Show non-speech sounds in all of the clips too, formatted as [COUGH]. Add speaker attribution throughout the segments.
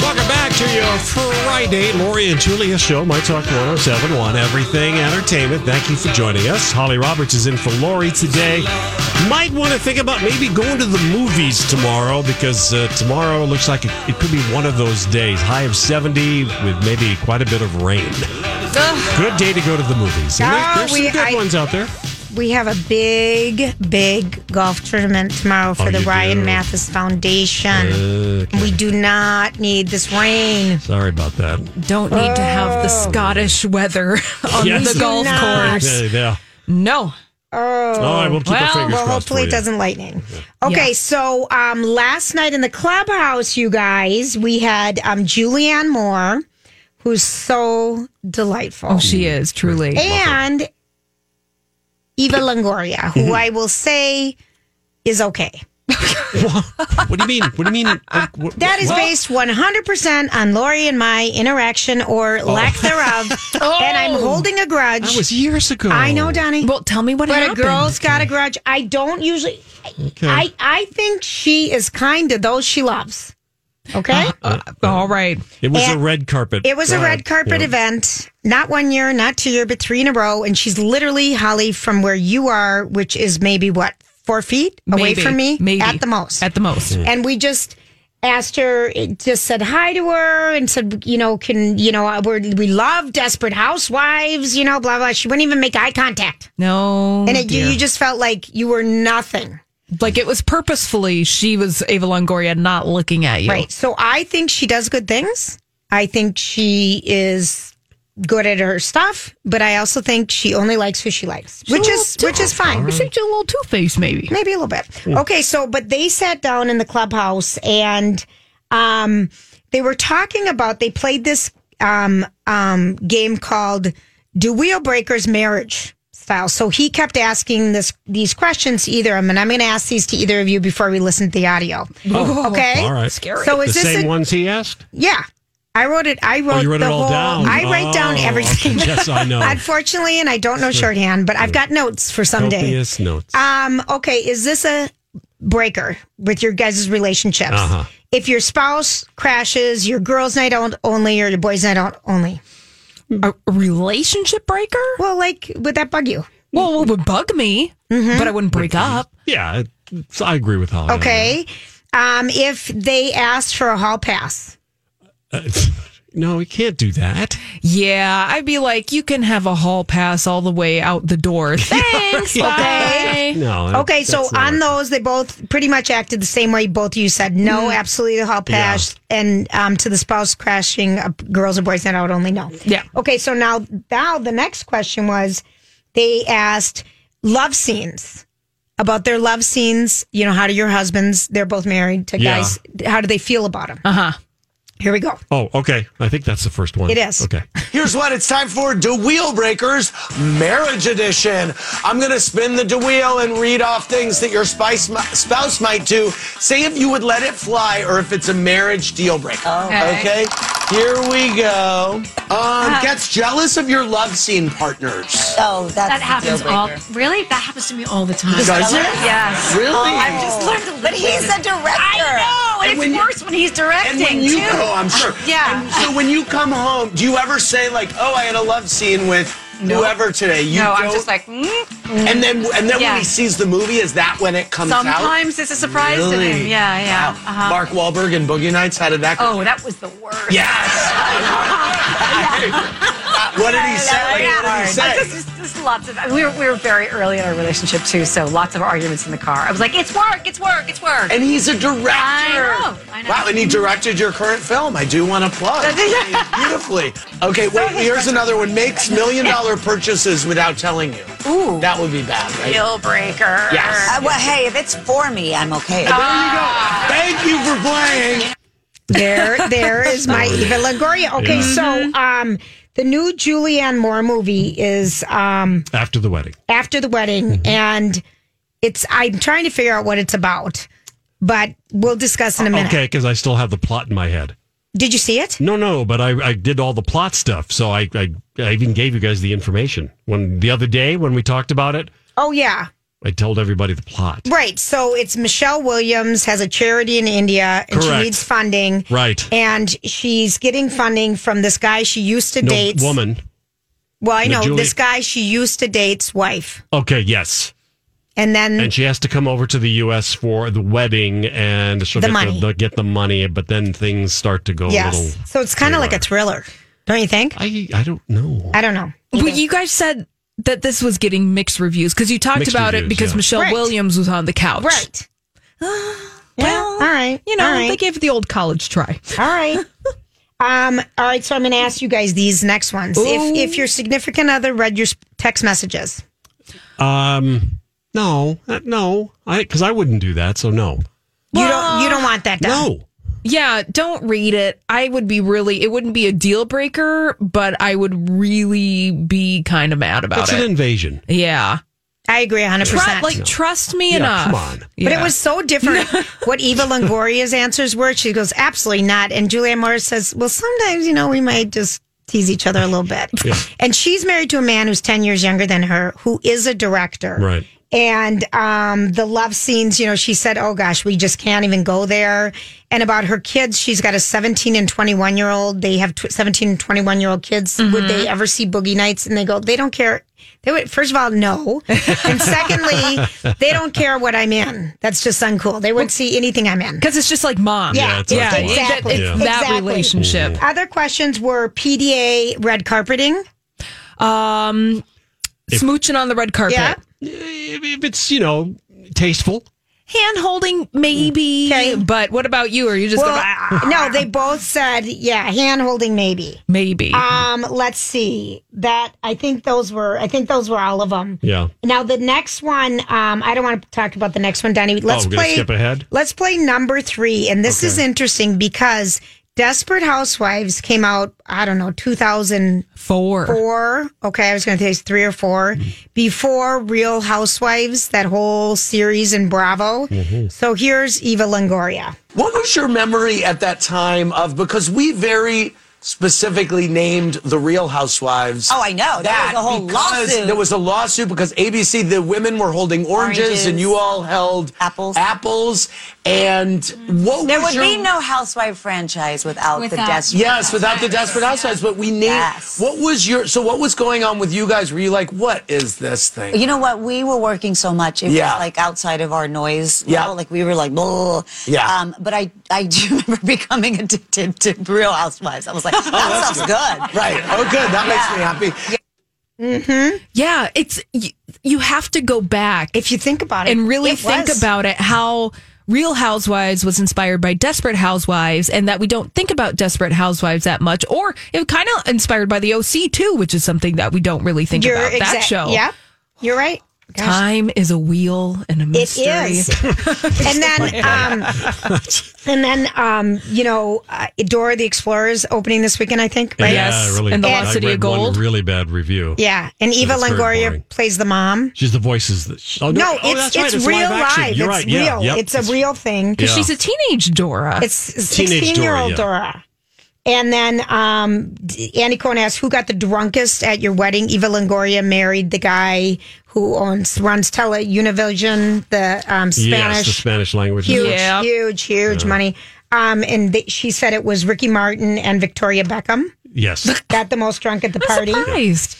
Speaker 1: Welcome back to your Friday Lori and Julia show, My Talk 1071, Everything Entertainment. Thank you for joining us. Holly Roberts is in for Lori today. Might want to think about maybe going to the movies tomorrow because uh, tomorrow looks like it, it could be one of those days. High of 70 with maybe quite a bit of rain. Good day to go to the movies. And there-
Speaker 2: Oh,
Speaker 1: there's some
Speaker 2: we-
Speaker 1: good
Speaker 2: I-
Speaker 1: ones out there.
Speaker 2: We have a big, big golf tournament tomorrow for
Speaker 1: Oh,
Speaker 2: the
Speaker 1: you
Speaker 2: Ryan
Speaker 1: do?
Speaker 2: Mathis Foundation.
Speaker 1: Okay.
Speaker 2: We do not need this rain.
Speaker 1: Sorry about that.
Speaker 3: Don't need to have the
Speaker 2: Oh.
Speaker 3: Scottish weather [LAUGHS] on
Speaker 1: Yes.
Speaker 3: the golf
Speaker 2: Do not.
Speaker 1: [LAUGHS]
Speaker 3: course.
Speaker 1: Yeah, yeah.
Speaker 3: No.
Speaker 2: Oh,
Speaker 1: All right, we'll keep our
Speaker 3: Well,
Speaker 1: fingers
Speaker 2: well,
Speaker 1: crossed. for
Speaker 2: hopefully it
Speaker 1: you.
Speaker 2: doesn't lightning. Okay, so um, last night in the clubhouse, you guys, we had um, Julianne Moore, who's so delightful.
Speaker 3: Oh, she is truly.
Speaker 2: and Eva Longoria,
Speaker 1: Mm-hmm.
Speaker 2: who I will say is okay.
Speaker 1: What do you mean? What do you mean? Like, wh-
Speaker 2: [LAUGHS] That is
Speaker 1: what?
Speaker 2: based 100% on Lori and my interaction or lack thereof. And I'm holding a grudge.
Speaker 1: That was years ago.
Speaker 2: I know, Donnie.
Speaker 3: Well, tell me what
Speaker 2: but
Speaker 3: happened.
Speaker 2: a girl's got a grudge. I don't usually. I, I think she is kind to those she loves. Okay?
Speaker 3: All right.
Speaker 1: It was a
Speaker 2: And-
Speaker 1: red carpet.
Speaker 2: It was
Speaker 1: Go
Speaker 2: a
Speaker 1: ahead.
Speaker 2: red carpet
Speaker 1: Yeah.
Speaker 2: event, not one year, not two year, but three in a row. And she's literally Holly from where you are, which is maybe what four feet away
Speaker 3: Maybe.
Speaker 2: from me,
Speaker 3: Maybe.
Speaker 2: at the most.
Speaker 3: At the most.
Speaker 2: and we just asked her, it just said hi to her, and said, you know, can you know, uh, we're, we love Desperate Housewives, you know, blah blah. She wouldn't even make eye contact,
Speaker 3: No.
Speaker 2: and it, you,
Speaker 3: dear.
Speaker 2: you just felt like you were nothing.
Speaker 3: like it was purposefully she was Ava Longoria not looking at you.
Speaker 2: Right. So I think she does good things. I think she is good at her stuff, but I also think she only likes who she likes, which is which is fine.
Speaker 3: I think she's a little two faced, maybe.
Speaker 2: Maybe a little bit. Okay, so but they sat down in the clubhouse and um they were talking about they played this um um game called Do Wheel Breakers Marriage Style. So he kept asking this these questions to either of them, and I'm gonna ask these to either of you before we listen to the audio. okay.
Speaker 1: Oh, All right.
Speaker 3: Oh. Scary.
Speaker 2: So
Speaker 1: The
Speaker 2: is this
Speaker 1: same
Speaker 2: a-
Speaker 1: ones he asked?
Speaker 2: yeah. I wrote it. I wrote,
Speaker 1: Oh, you wrote
Speaker 2: the
Speaker 1: it all
Speaker 2: whole.
Speaker 1: down.
Speaker 2: I write down
Speaker 1: Oh,
Speaker 2: everything.
Speaker 1: okay. [LAUGHS] Yes, I know.
Speaker 2: [LAUGHS] Unfortunately, and I don't know shorthand, but I've got notes for someday.
Speaker 1: Copious notes.
Speaker 2: Um. Okay. Is this a breaker with your guys' relationships?
Speaker 1: Uh-huh.
Speaker 2: If your spouse crashes, your girls' night out only, or your boys' night out only.
Speaker 3: A relationship breaker?
Speaker 2: Well, like, would that bug you?
Speaker 3: Well, it would bug me,
Speaker 2: Mm-hmm.
Speaker 3: but I wouldn't break up.
Speaker 1: yeah, it- it's- I agree with Holly. on
Speaker 2: Okay. Um. If they asked for a hall pass,
Speaker 1: that. Uh, [LAUGHS] no, we can't do that.
Speaker 3: Yeah, I'd be like, you can have a hall pass all the way out
Speaker 2: [LAUGHS]
Speaker 3: the door. Thanks. Bye.
Speaker 1: No. that-
Speaker 2: Okay, so
Speaker 1: that's not
Speaker 2: on
Speaker 1: right.
Speaker 2: those, they both pretty much acted the same way. Both of you said no, absolutely the hall pass, and um, to the spouse crashing, uh, girls or boys night out only no.
Speaker 3: Yeah.
Speaker 2: Okay, so now now the next question was, they asked love scenes about their love scenes. You know, how do your husbands? They're both married to
Speaker 1: Yeah.
Speaker 2: guys. How do they feel about them?
Speaker 3: Uh huh.
Speaker 2: Here we go.
Speaker 1: Oh, okay. I think that's the first one.
Speaker 2: It is.
Speaker 1: Okay.
Speaker 4: Here's what it's time for De Wheel Breakers Marriage Edition. I'm going to spin the De Wheel and read off things that your spice, spouse might do. Say if you would let it fly or if it's a marriage deal breaker.
Speaker 5: Oh,
Speaker 4: Okay. Here we go. Um,
Speaker 5: Uh-huh.
Speaker 4: gets jealous of your love scene partners.
Speaker 5: Uh,
Speaker 6: Oh, that's
Speaker 5: That happens all. Really, that happens to me all the time.
Speaker 4: Does it?
Speaker 5: Yes.
Speaker 4: Really?
Speaker 5: I've oh, just learned to live
Speaker 6: But he's
Speaker 5: with
Speaker 6: a
Speaker 5: it.
Speaker 6: director.
Speaker 5: I know, Oh, and,
Speaker 4: And when
Speaker 5: it's
Speaker 4: you-
Speaker 5: worse when he's directing
Speaker 4: And when you
Speaker 5: too.
Speaker 4: go, I'm sure.
Speaker 5: [LAUGHS] Yeah.
Speaker 4: And so when you come home, do you ever say like, "Oh, I had a love scene with whoever today. You
Speaker 5: no,
Speaker 4: don't,
Speaker 5: I'm just like, mm.
Speaker 4: and then and then
Speaker 5: Yeah.
Speaker 4: when he sees the movie, is that when it comes out?
Speaker 5: sometimes it's a surprise to him.
Speaker 4: Really?
Speaker 5: Yeah, yeah.
Speaker 4: Wow.
Speaker 5: Uh-huh.
Speaker 4: Mark Wahlberg and Boogie Nights. How did that go?
Speaker 5: Oh, that was the worst. [LAUGHS]
Speaker 4: Yes. what did he say?
Speaker 5: Yeah,
Speaker 4: What did he
Speaker 5: I just,
Speaker 4: say?
Speaker 5: just, just lots of. I mean, we were we were very early in our relationship too, so lots of arguments in the car. I was like, "It's work, it's work, it's work."
Speaker 4: And he's a director.
Speaker 5: I know, I know.
Speaker 4: Wow, and he directed your current film. I do want to applaud. Beautifully. Okay, wait, here's another one. Makes million dollar purchases without telling you. Ooh. That would be bad, right?
Speaker 5: Deal breaker.
Speaker 4: Yes.
Speaker 6: Uh, well, hey, if it's for me, I'm okay.
Speaker 4: Thank you for playing.
Speaker 1: [LAUGHS]
Speaker 2: There, there is my Eva Longoria. Okay,
Speaker 1: Mm-hmm.
Speaker 2: so um, the new Julianne Moore movie is um,
Speaker 1: after the wedding.
Speaker 2: after the wedding,
Speaker 1: Mm-hmm.
Speaker 2: and it's. I'm trying to figure out what it's about, but we'll discuss in a minute.
Speaker 1: Okay, because I still have the plot in my head.
Speaker 2: Did you see it?
Speaker 1: No, no, but I, I did all the plot stuff, so I, I I even gave you guys the information when the other day when we talked about it.
Speaker 2: Oh yeah,
Speaker 1: I told everybody the plot.
Speaker 2: right. So it's Michelle Williams has a charity in India, and
Speaker 1: Correct.
Speaker 2: she needs funding.
Speaker 1: Right.
Speaker 2: And she's getting funding from this guy she used to
Speaker 1: No
Speaker 2: date.
Speaker 1: woman.
Speaker 2: Well, I
Speaker 1: No,
Speaker 2: know
Speaker 1: Julie-
Speaker 2: this guy she used to date's wife,
Speaker 1: Okay, yes,
Speaker 2: and then
Speaker 1: and she has to come over to the U.S. for the wedding, and she'll
Speaker 2: The
Speaker 1: get,
Speaker 2: money.
Speaker 1: The, the- get the money. But then things start to go a
Speaker 2: yes,
Speaker 1: little.
Speaker 2: so it's kind of like a thriller, don't you think?
Speaker 1: I I don't know.
Speaker 2: I don't know.
Speaker 3: Well, you guys said that this was getting mixed reviews because you talked
Speaker 1: Mixed
Speaker 3: about it
Speaker 1: reviews,
Speaker 3: because
Speaker 1: yeah.
Speaker 3: Michelle
Speaker 2: Right.
Speaker 3: Williams was on the couch.
Speaker 2: Right.
Speaker 3: Well,
Speaker 2: all right,
Speaker 3: You know,
Speaker 2: all right.
Speaker 3: they gave it the old college try.
Speaker 2: All right. Um, all right, so I'm going to ask you guys these next ones. If, if your significant other read your s- text messages,
Speaker 1: Um, no, uh, no, I because I wouldn't do that. So no,
Speaker 2: you don't you don't want that done.
Speaker 1: no.
Speaker 3: Yeah, don't read it. I would be really, it wouldn't be a deal breaker, but I would really be kind of mad about
Speaker 1: It's
Speaker 3: it.
Speaker 1: an invasion.
Speaker 3: yeah.
Speaker 2: I agree 100%.
Speaker 3: Tru- like, trust me enough.
Speaker 1: come on.
Speaker 2: but
Speaker 3: Yeah.
Speaker 2: it was so different what Eva Longoria's answers were. She goes, absolutely not. And Julia Moore says, well, sometimes, you know, we might just tease each other a little bit. And she's married to a man who's 10 years younger than her, who is a director.
Speaker 1: Right.
Speaker 2: and um, the love scenes you know she said oh gosh we just can't even go there and about her kids she's got a 17 and 21 year old they have tw- 17 and 21 year old kids would they ever see boogie nights and they go they don't care they would first of all no and secondly they don't care what i'm in that's just uncool they wouldn't see anything i'm in
Speaker 3: Because it's just like mom.
Speaker 2: Yeah, Yeah,
Speaker 1: it's like mom.
Speaker 2: exactly.
Speaker 3: It's
Speaker 2: Yeah.
Speaker 3: that
Speaker 2: Exactly. Mm-hmm.
Speaker 3: relationship.
Speaker 2: other questions were pda red carpeting
Speaker 3: Um, smooching on the red carpet.
Speaker 2: yeah
Speaker 1: If, if it's you know tasteful,
Speaker 3: Hand holding, maybe.
Speaker 2: Okay.
Speaker 3: But what about you? Are you just
Speaker 2: well,
Speaker 3: going, "Ah,
Speaker 2: no they both said yeah hand holding maybe
Speaker 3: maybe?
Speaker 2: Um, let's see. That I think those were I think those were all of them.
Speaker 1: yeah.
Speaker 2: Now the next one, um, I don't want to talk about the next one, Donnie. Let's
Speaker 1: Oh, we're gonna
Speaker 2: play.
Speaker 1: skip ahead?
Speaker 2: Let's play number three, and this is interesting because Desperate Housewives came out. I don't know, two thousand
Speaker 3: Four.
Speaker 2: four. Okay, I was going to say it's three or four
Speaker 1: Mm-hmm.
Speaker 2: before Real Housewives, that whole series in Bravo.
Speaker 1: Mm-hmm.
Speaker 2: So here's Eva Longoria.
Speaker 4: What was your memory at that time of because we very specifically named the Real Housewives.
Speaker 6: Oh, I know. There
Speaker 4: That
Speaker 6: was a whole
Speaker 4: because
Speaker 6: lawsuit.
Speaker 4: There was a lawsuit because ABC, the women were holding oranges,
Speaker 6: Oranges.
Speaker 4: and you all held
Speaker 6: Apples.
Speaker 4: Apples, and what
Speaker 6: There
Speaker 4: was
Speaker 6: would
Speaker 4: your,
Speaker 6: be no housewife franchise without, the
Speaker 5: Without-
Speaker 6: desperate.
Speaker 4: Yes, without the Desperate Housewives, but we named.
Speaker 6: Yes.
Speaker 4: What was your? So what was going on with you guys? Were you like, what is this thing?
Speaker 6: You know what? We were working so much. It
Speaker 4: Yeah.
Speaker 6: was like outside of our noise.
Speaker 4: Yeah.
Speaker 6: level. Like we were like, blah.
Speaker 4: Yeah.
Speaker 6: Um, but I, I do [LAUGHS] remember becoming addicted to Real Housewives. I was
Speaker 4: [LAUGHS]
Speaker 6: like, that sounds good.
Speaker 4: right. Oh, good. That makes me happy.
Speaker 3: Yeah, it's you, you have to go back
Speaker 2: If you think about it,
Speaker 3: and really
Speaker 2: it
Speaker 3: think
Speaker 2: was.
Speaker 3: about it how Real Housewives was inspired by Desperate Housewives, and that we don't think about Desperate Housewives that much, or it kind of inspired by the OC too, which is something that we don't really think
Speaker 2: You're
Speaker 3: about that
Speaker 2: exact-
Speaker 3: show.
Speaker 2: Yeah, you're right. Gosh.
Speaker 3: Time is a wheel and a
Speaker 2: It
Speaker 3: mystery. [LAUGHS]
Speaker 2: is. and then, um, and then, um, you know, uh, Dora the Explorer's opening this weekend, I think, right?
Speaker 3: Yeah. Yes, and The
Speaker 1: bad.
Speaker 3: Lost
Speaker 1: I
Speaker 3: City of
Speaker 1: read one
Speaker 3: Gold.
Speaker 1: really bad review.
Speaker 2: Yeah. And Eva
Speaker 1: That's very boring.
Speaker 2: Longoria plays the mom.
Speaker 1: She's the voices. That, oh,
Speaker 2: No,
Speaker 1: oh,
Speaker 2: it's,
Speaker 1: that's right,
Speaker 2: it's, real
Speaker 1: live action.
Speaker 2: live.
Speaker 1: You're
Speaker 2: It's
Speaker 1: right. Yeah,
Speaker 2: real.
Speaker 1: yep.
Speaker 2: It's a real thing.
Speaker 1: Yeah.
Speaker 3: She's a teenage Dora.
Speaker 2: It's
Speaker 1: Teenage
Speaker 2: 16 year old
Speaker 1: Dora,
Speaker 2: Dora. And then um, D- Annie Cohen asked, "Who got the drunkest at your wedding?" Eva Longoria married the guy who owns runs Tele Univision, the um,
Speaker 1: Yes,
Speaker 2: Spanish
Speaker 1: the Spanish language.
Speaker 2: huge,
Speaker 3: Yeah.
Speaker 2: huge, huge money. Um, and th- she said it was Ricky Martin and Victoria Beckham
Speaker 1: Yes.
Speaker 2: got the most drunk at the
Speaker 3: I'm
Speaker 2: party.
Speaker 3: surprised.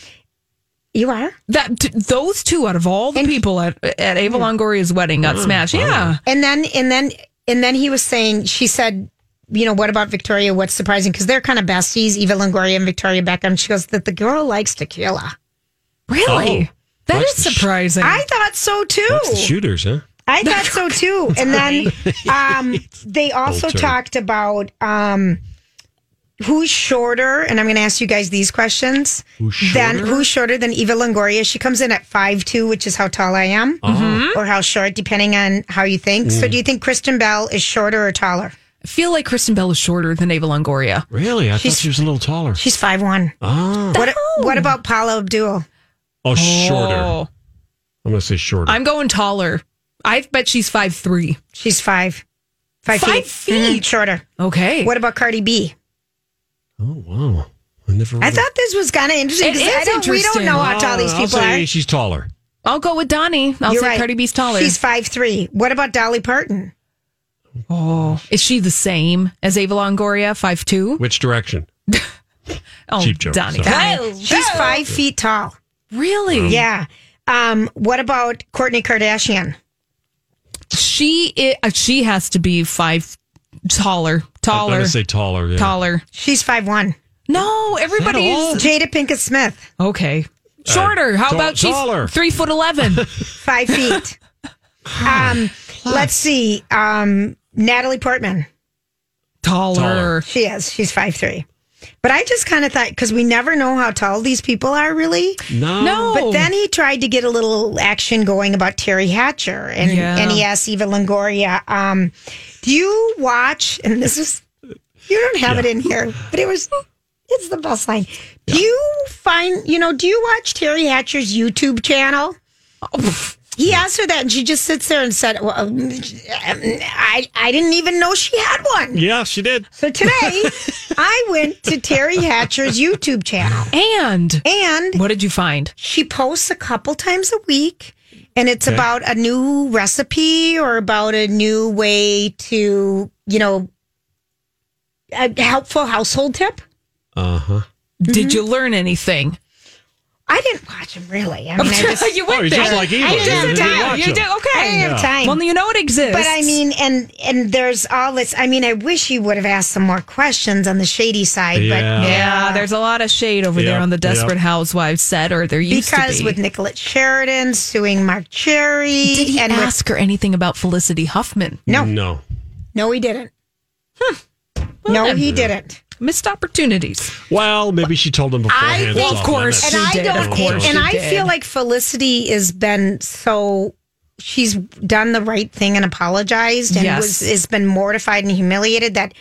Speaker 2: You are?
Speaker 3: That t- those two out of all the people at at Ava
Speaker 2: Hmm.
Speaker 3: Longoria's wedding
Speaker 1: Hmm.
Speaker 3: got smashed. Yeah,
Speaker 2: And then and then and then he was saying she said, you know, what about Victoria? What's surprising? Because they're kind of besties, Eva Longoria and Victoria Beckham. She goes that the girl likes tequila.
Speaker 3: really.
Speaker 1: Oh.
Speaker 3: That
Speaker 1: That's
Speaker 3: is
Speaker 1: the sh-
Speaker 3: surprising.
Speaker 2: I thought so too.
Speaker 1: That's the shooters, huh?
Speaker 2: I thought [LAUGHS] so too. And then um, they also
Speaker 1: Bold turn.
Speaker 2: talked about um, who's shorter, and I'm going to ask you guys these questions.
Speaker 1: Who's
Speaker 2: Then
Speaker 1: shorter?
Speaker 2: who's shorter than Eva Longoria? She comes in at five two, which is how tall I am,
Speaker 3: Uh-huh. Mm-hmm.
Speaker 2: or how short, depending on how you think. So,
Speaker 3: Mm.
Speaker 2: do you think Kristen Bell is shorter or taller?
Speaker 3: feel like Kristen Bell is shorter than Ava Longoria.
Speaker 1: Really? I thought she was a little taller.
Speaker 2: She's five one.
Speaker 1: Ah.
Speaker 2: What, what about Paula Abdul?
Speaker 1: Oh, shorter. I'm
Speaker 3: Oh,
Speaker 1: going to say shorter.
Speaker 3: I'm going taller. I bet she's five three.
Speaker 2: She's five. Five,
Speaker 3: Five
Speaker 2: Mhm,
Speaker 3: feet?
Speaker 2: shorter.
Speaker 3: Okay.
Speaker 2: What about Cardi B?
Speaker 3: Mm-hmm.
Speaker 1: oh, wow. I never
Speaker 2: I
Speaker 1: really-
Speaker 2: thought this was kind of interesting
Speaker 3: It
Speaker 2: 'cause
Speaker 3: is
Speaker 2: I don't, we don't
Speaker 3: interesting.
Speaker 2: know how tall
Speaker 3: Oh,
Speaker 2: these
Speaker 1: I'll
Speaker 2: people
Speaker 1: say
Speaker 2: are.
Speaker 1: she's taller.
Speaker 3: I'll go with Donnie. I'll say Cardi B's taller.
Speaker 2: She's five three. What about Dolly Parton?
Speaker 3: Oh. is she the same as Ava Longoria? Five two.
Speaker 1: Which direction?
Speaker 3: Oh,
Speaker 1: Cheap joke,
Speaker 3: Donnie.
Speaker 1: sorry.
Speaker 2: She's five feet tall.
Speaker 3: Really?
Speaker 2: Yeah. Um, what about Courtney Kardashian?
Speaker 3: She i uh, she has to be five taller,
Speaker 1: I'm going
Speaker 3: taller,
Speaker 1: to say taller. Yeah.
Speaker 3: taller.
Speaker 2: She's five one.
Speaker 3: No, everybody's
Speaker 2: Jada Pinkett Smith,
Speaker 3: okay. Shorter. How
Speaker 1: tall-
Speaker 3: about she's
Speaker 1: Uh, taller.
Speaker 3: three
Speaker 1: [LAUGHS]
Speaker 3: foot eleven?
Speaker 2: five feet. um, let's see. Um, Natalie Portman.
Speaker 3: taller.
Speaker 1: Taller.
Speaker 2: She is. She's five three. But I just kind of thought because we never know how tall these people are, really.
Speaker 1: No.
Speaker 3: No,
Speaker 2: But then he tried to get a little action going about Terry Hatcher and,
Speaker 3: Yeah.
Speaker 2: and he asked Eva Longoria, um, do you watch, and this is, you don't have it in here, but it was, it's the best line. Do you find, you know, do you watch Terry Hatcher's YouTube channel? He asked her that and she just sits there and said, well, um, I, I didn't even know she had one.
Speaker 1: Yeah, she did.
Speaker 2: So
Speaker 3: [LAUGHS]
Speaker 2: today I went to Terry Hatcher's YouTube channel
Speaker 3: and
Speaker 2: and
Speaker 3: what did you find?
Speaker 2: she posts a couple times a week and it's about a new recipe or about a new way to you know a helpful household tip
Speaker 1: Uh huh.
Speaker 2: Mm-hmm.
Speaker 3: Did you learn anything?
Speaker 2: i didn't watch them really i mean i just
Speaker 3: [LAUGHS] you went
Speaker 1: Oh, you're
Speaker 3: there.
Speaker 1: just like Eva.
Speaker 2: I didn't
Speaker 1: You
Speaker 2: have
Speaker 1: didn't
Speaker 2: time.
Speaker 1: watch
Speaker 3: You
Speaker 1: them.
Speaker 3: did
Speaker 2: i
Speaker 3: okay.
Speaker 2: didn't have time
Speaker 3: Well, you know it exists.
Speaker 2: but i mean and and there's all this i mean i wish he would have asked some more questions on the shady side
Speaker 1: Yeah.
Speaker 2: but
Speaker 3: yeah, there's a lot of shade over there
Speaker 1: Yep,
Speaker 3: on the Desperate
Speaker 1: yep.
Speaker 3: Housewives set, or there used to
Speaker 2: because
Speaker 3: be.
Speaker 2: with Nicolette Sheridan suing Mark Cherry,
Speaker 3: did he
Speaker 2: and with-
Speaker 3: ask her anything about Felicity Huffman?
Speaker 2: No.
Speaker 1: No.
Speaker 2: no, he didn't.
Speaker 3: Hmm.
Speaker 2: no, he didn't.
Speaker 3: Missed opportunities.
Speaker 1: Well, maybe she told him beforehand.
Speaker 2: think-
Speaker 1: it's
Speaker 2: Of
Speaker 1: off
Speaker 3: course
Speaker 1: limits.
Speaker 2: and I
Speaker 3: did.
Speaker 2: don't.
Speaker 3: Of course
Speaker 2: and
Speaker 3: she
Speaker 2: I
Speaker 3: did.
Speaker 2: feel like Felicity has been so she's done the right thing and apologized, and
Speaker 3: Yes.
Speaker 2: was has been mortified and humiliated that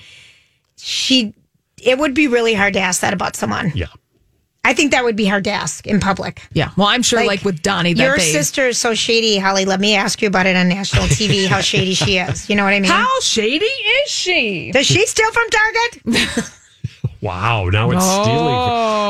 Speaker 2: she. It would be really hard to ask that about someone.
Speaker 1: Yeah.
Speaker 2: I think that would be hard to ask in public.
Speaker 3: Yeah. Well, I'm sure, like, with Donnie, that
Speaker 2: your
Speaker 3: they
Speaker 2: sister is so shady, Holly. Let me ask you about it on national TV.
Speaker 3: [LAUGHS]
Speaker 2: How shady she is. You know what I mean?
Speaker 3: shady is she?
Speaker 2: Does she steal from Target?
Speaker 3: [LAUGHS]
Speaker 1: Wow. Now it's
Speaker 3: Oh,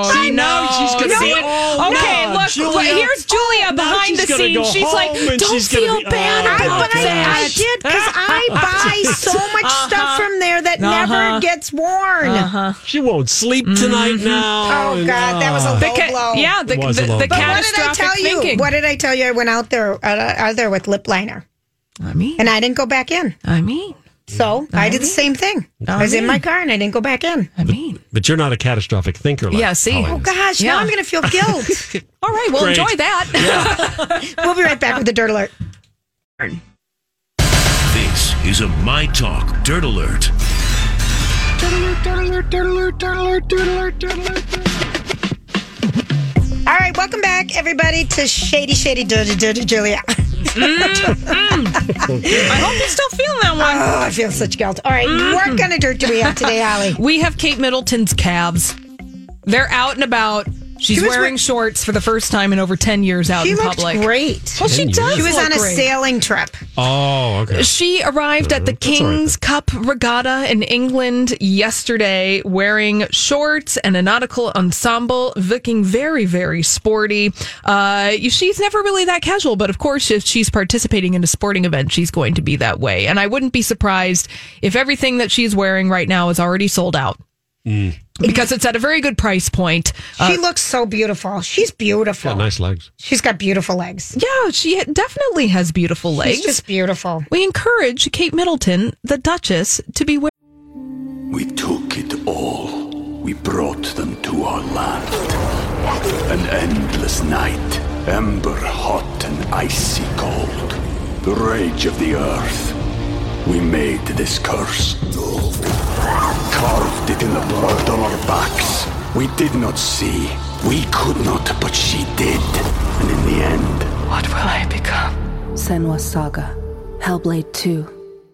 Speaker 1: stealing. See, now she's going to
Speaker 3: no
Speaker 1: be.
Speaker 3: one-
Speaker 1: oh,
Speaker 3: okay,
Speaker 1: now
Speaker 3: look,
Speaker 1: Julia-
Speaker 3: here's Julia
Speaker 1: oh, now
Speaker 3: behind
Speaker 1: she's
Speaker 3: the
Speaker 1: gonna go
Speaker 3: scenes. She's
Speaker 1: home
Speaker 3: like,
Speaker 1: and
Speaker 3: don't
Speaker 1: she's gonna
Speaker 3: feel
Speaker 1: be-
Speaker 3: bad
Speaker 1: oh,
Speaker 2: I,
Speaker 3: about
Speaker 2: but I, I
Speaker 3: that.
Speaker 2: did because
Speaker 3: [LAUGHS]
Speaker 2: I buy so much
Speaker 3: Uh-huh.
Speaker 2: stuff from there that never gets worn.
Speaker 1: She won't sleep tonight now.
Speaker 2: Oh,
Speaker 1: and,
Speaker 2: God, that was a
Speaker 1: ah.
Speaker 2: low
Speaker 3: Ca-
Speaker 2: blow.
Speaker 3: yeah, the,
Speaker 1: It was a
Speaker 3: the,
Speaker 1: low
Speaker 3: the
Speaker 1: blow. But
Speaker 2: Oh, What did I
Speaker 3: catastrophic
Speaker 2: tell you?
Speaker 3: thinking.
Speaker 2: What did I tell you? I went out there, out, out there with lip liner,
Speaker 3: I mean,
Speaker 2: and I didn't go back in.
Speaker 3: I mean,
Speaker 2: So I, did the same thing. I was in my car and I didn't go back in.
Speaker 3: I mean.
Speaker 1: But you're not a catastrophic thinker. Like
Speaker 3: Yeah, see.
Speaker 1: Holly
Speaker 3: Oh,
Speaker 1: is.
Speaker 2: Gosh,
Speaker 3: Yeah.
Speaker 2: now I'm going to feel
Speaker 3: [LAUGHS]
Speaker 2: guilt.
Speaker 3: All right, well,
Speaker 1: Great.
Speaker 3: enjoy
Speaker 1: [LAUGHS]
Speaker 3: that.
Speaker 2: we'll be right back with the dirt alert.
Speaker 7: This is a My Talk Dirt Alert.
Speaker 2: All right, welcome back, everybody, to Shady Shady Dirty Dirty Julia. [LAUGHS]
Speaker 3: [LAUGHS] I hope you're still feeling that one.
Speaker 2: Oh, I feel such guilt. All right,
Speaker 3: Mm.
Speaker 2: what kind of dirt do we have today,
Speaker 3: [LAUGHS]
Speaker 2: Allie?
Speaker 3: We have Kate Middleton's calves. They're out and about. She's
Speaker 2: She was
Speaker 3: wearing
Speaker 2: wear-
Speaker 3: shorts for the first time in over 10 years out
Speaker 2: She
Speaker 3: in
Speaker 2: looked
Speaker 3: public.
Speaker 2: great.
Speaker 3: Well, Oh, she
Speaker 1: Ten
Speaker 3: does.
Speaker 1: years.
Speaker 2: She was
Speaker 3: look
Speaker 2: on a
Speaker 3: great.
Speaker 2: sailing trip.
Speaker 1: Oh, okay.
Speaker 3: She arrived at the
Speaker 1: That's all right,
Speaker 3: King's Cup Regatta in England yesterday wearing shorts and a nautical ensemble, looking very, very sporty. Uh, she's never really that casual, but of course, if she's participating in a sporting event, she's going to be that way. And I wouldn't be surprised if everything that she's wearing right now is already sold out.
Speaker 1: Mm.
Speaker 3: because it's at a very good price point.
Speaker 2: she looks so beautiful. She's beautiful.
Speaker 1: Got nice legs.
Speaker 2: She's got beautiful legs.
Speaker 3: Yeah, she definitely has beautiful legs.
Speaker 2: She's just beautiful.
Speaker 3: We encourage Kate Middleton, the Duchess, to be wearing.
Speaker 8: We took it all. We brought them to our land. An endless night, ember hot and icy cold. The rage of the earth. We made this curse. Carved it in the blood on our backs. We did not see. We could not, but she did. And in the end,
Speaker 9: What will I become? Senwa Saga, Hellblade 2.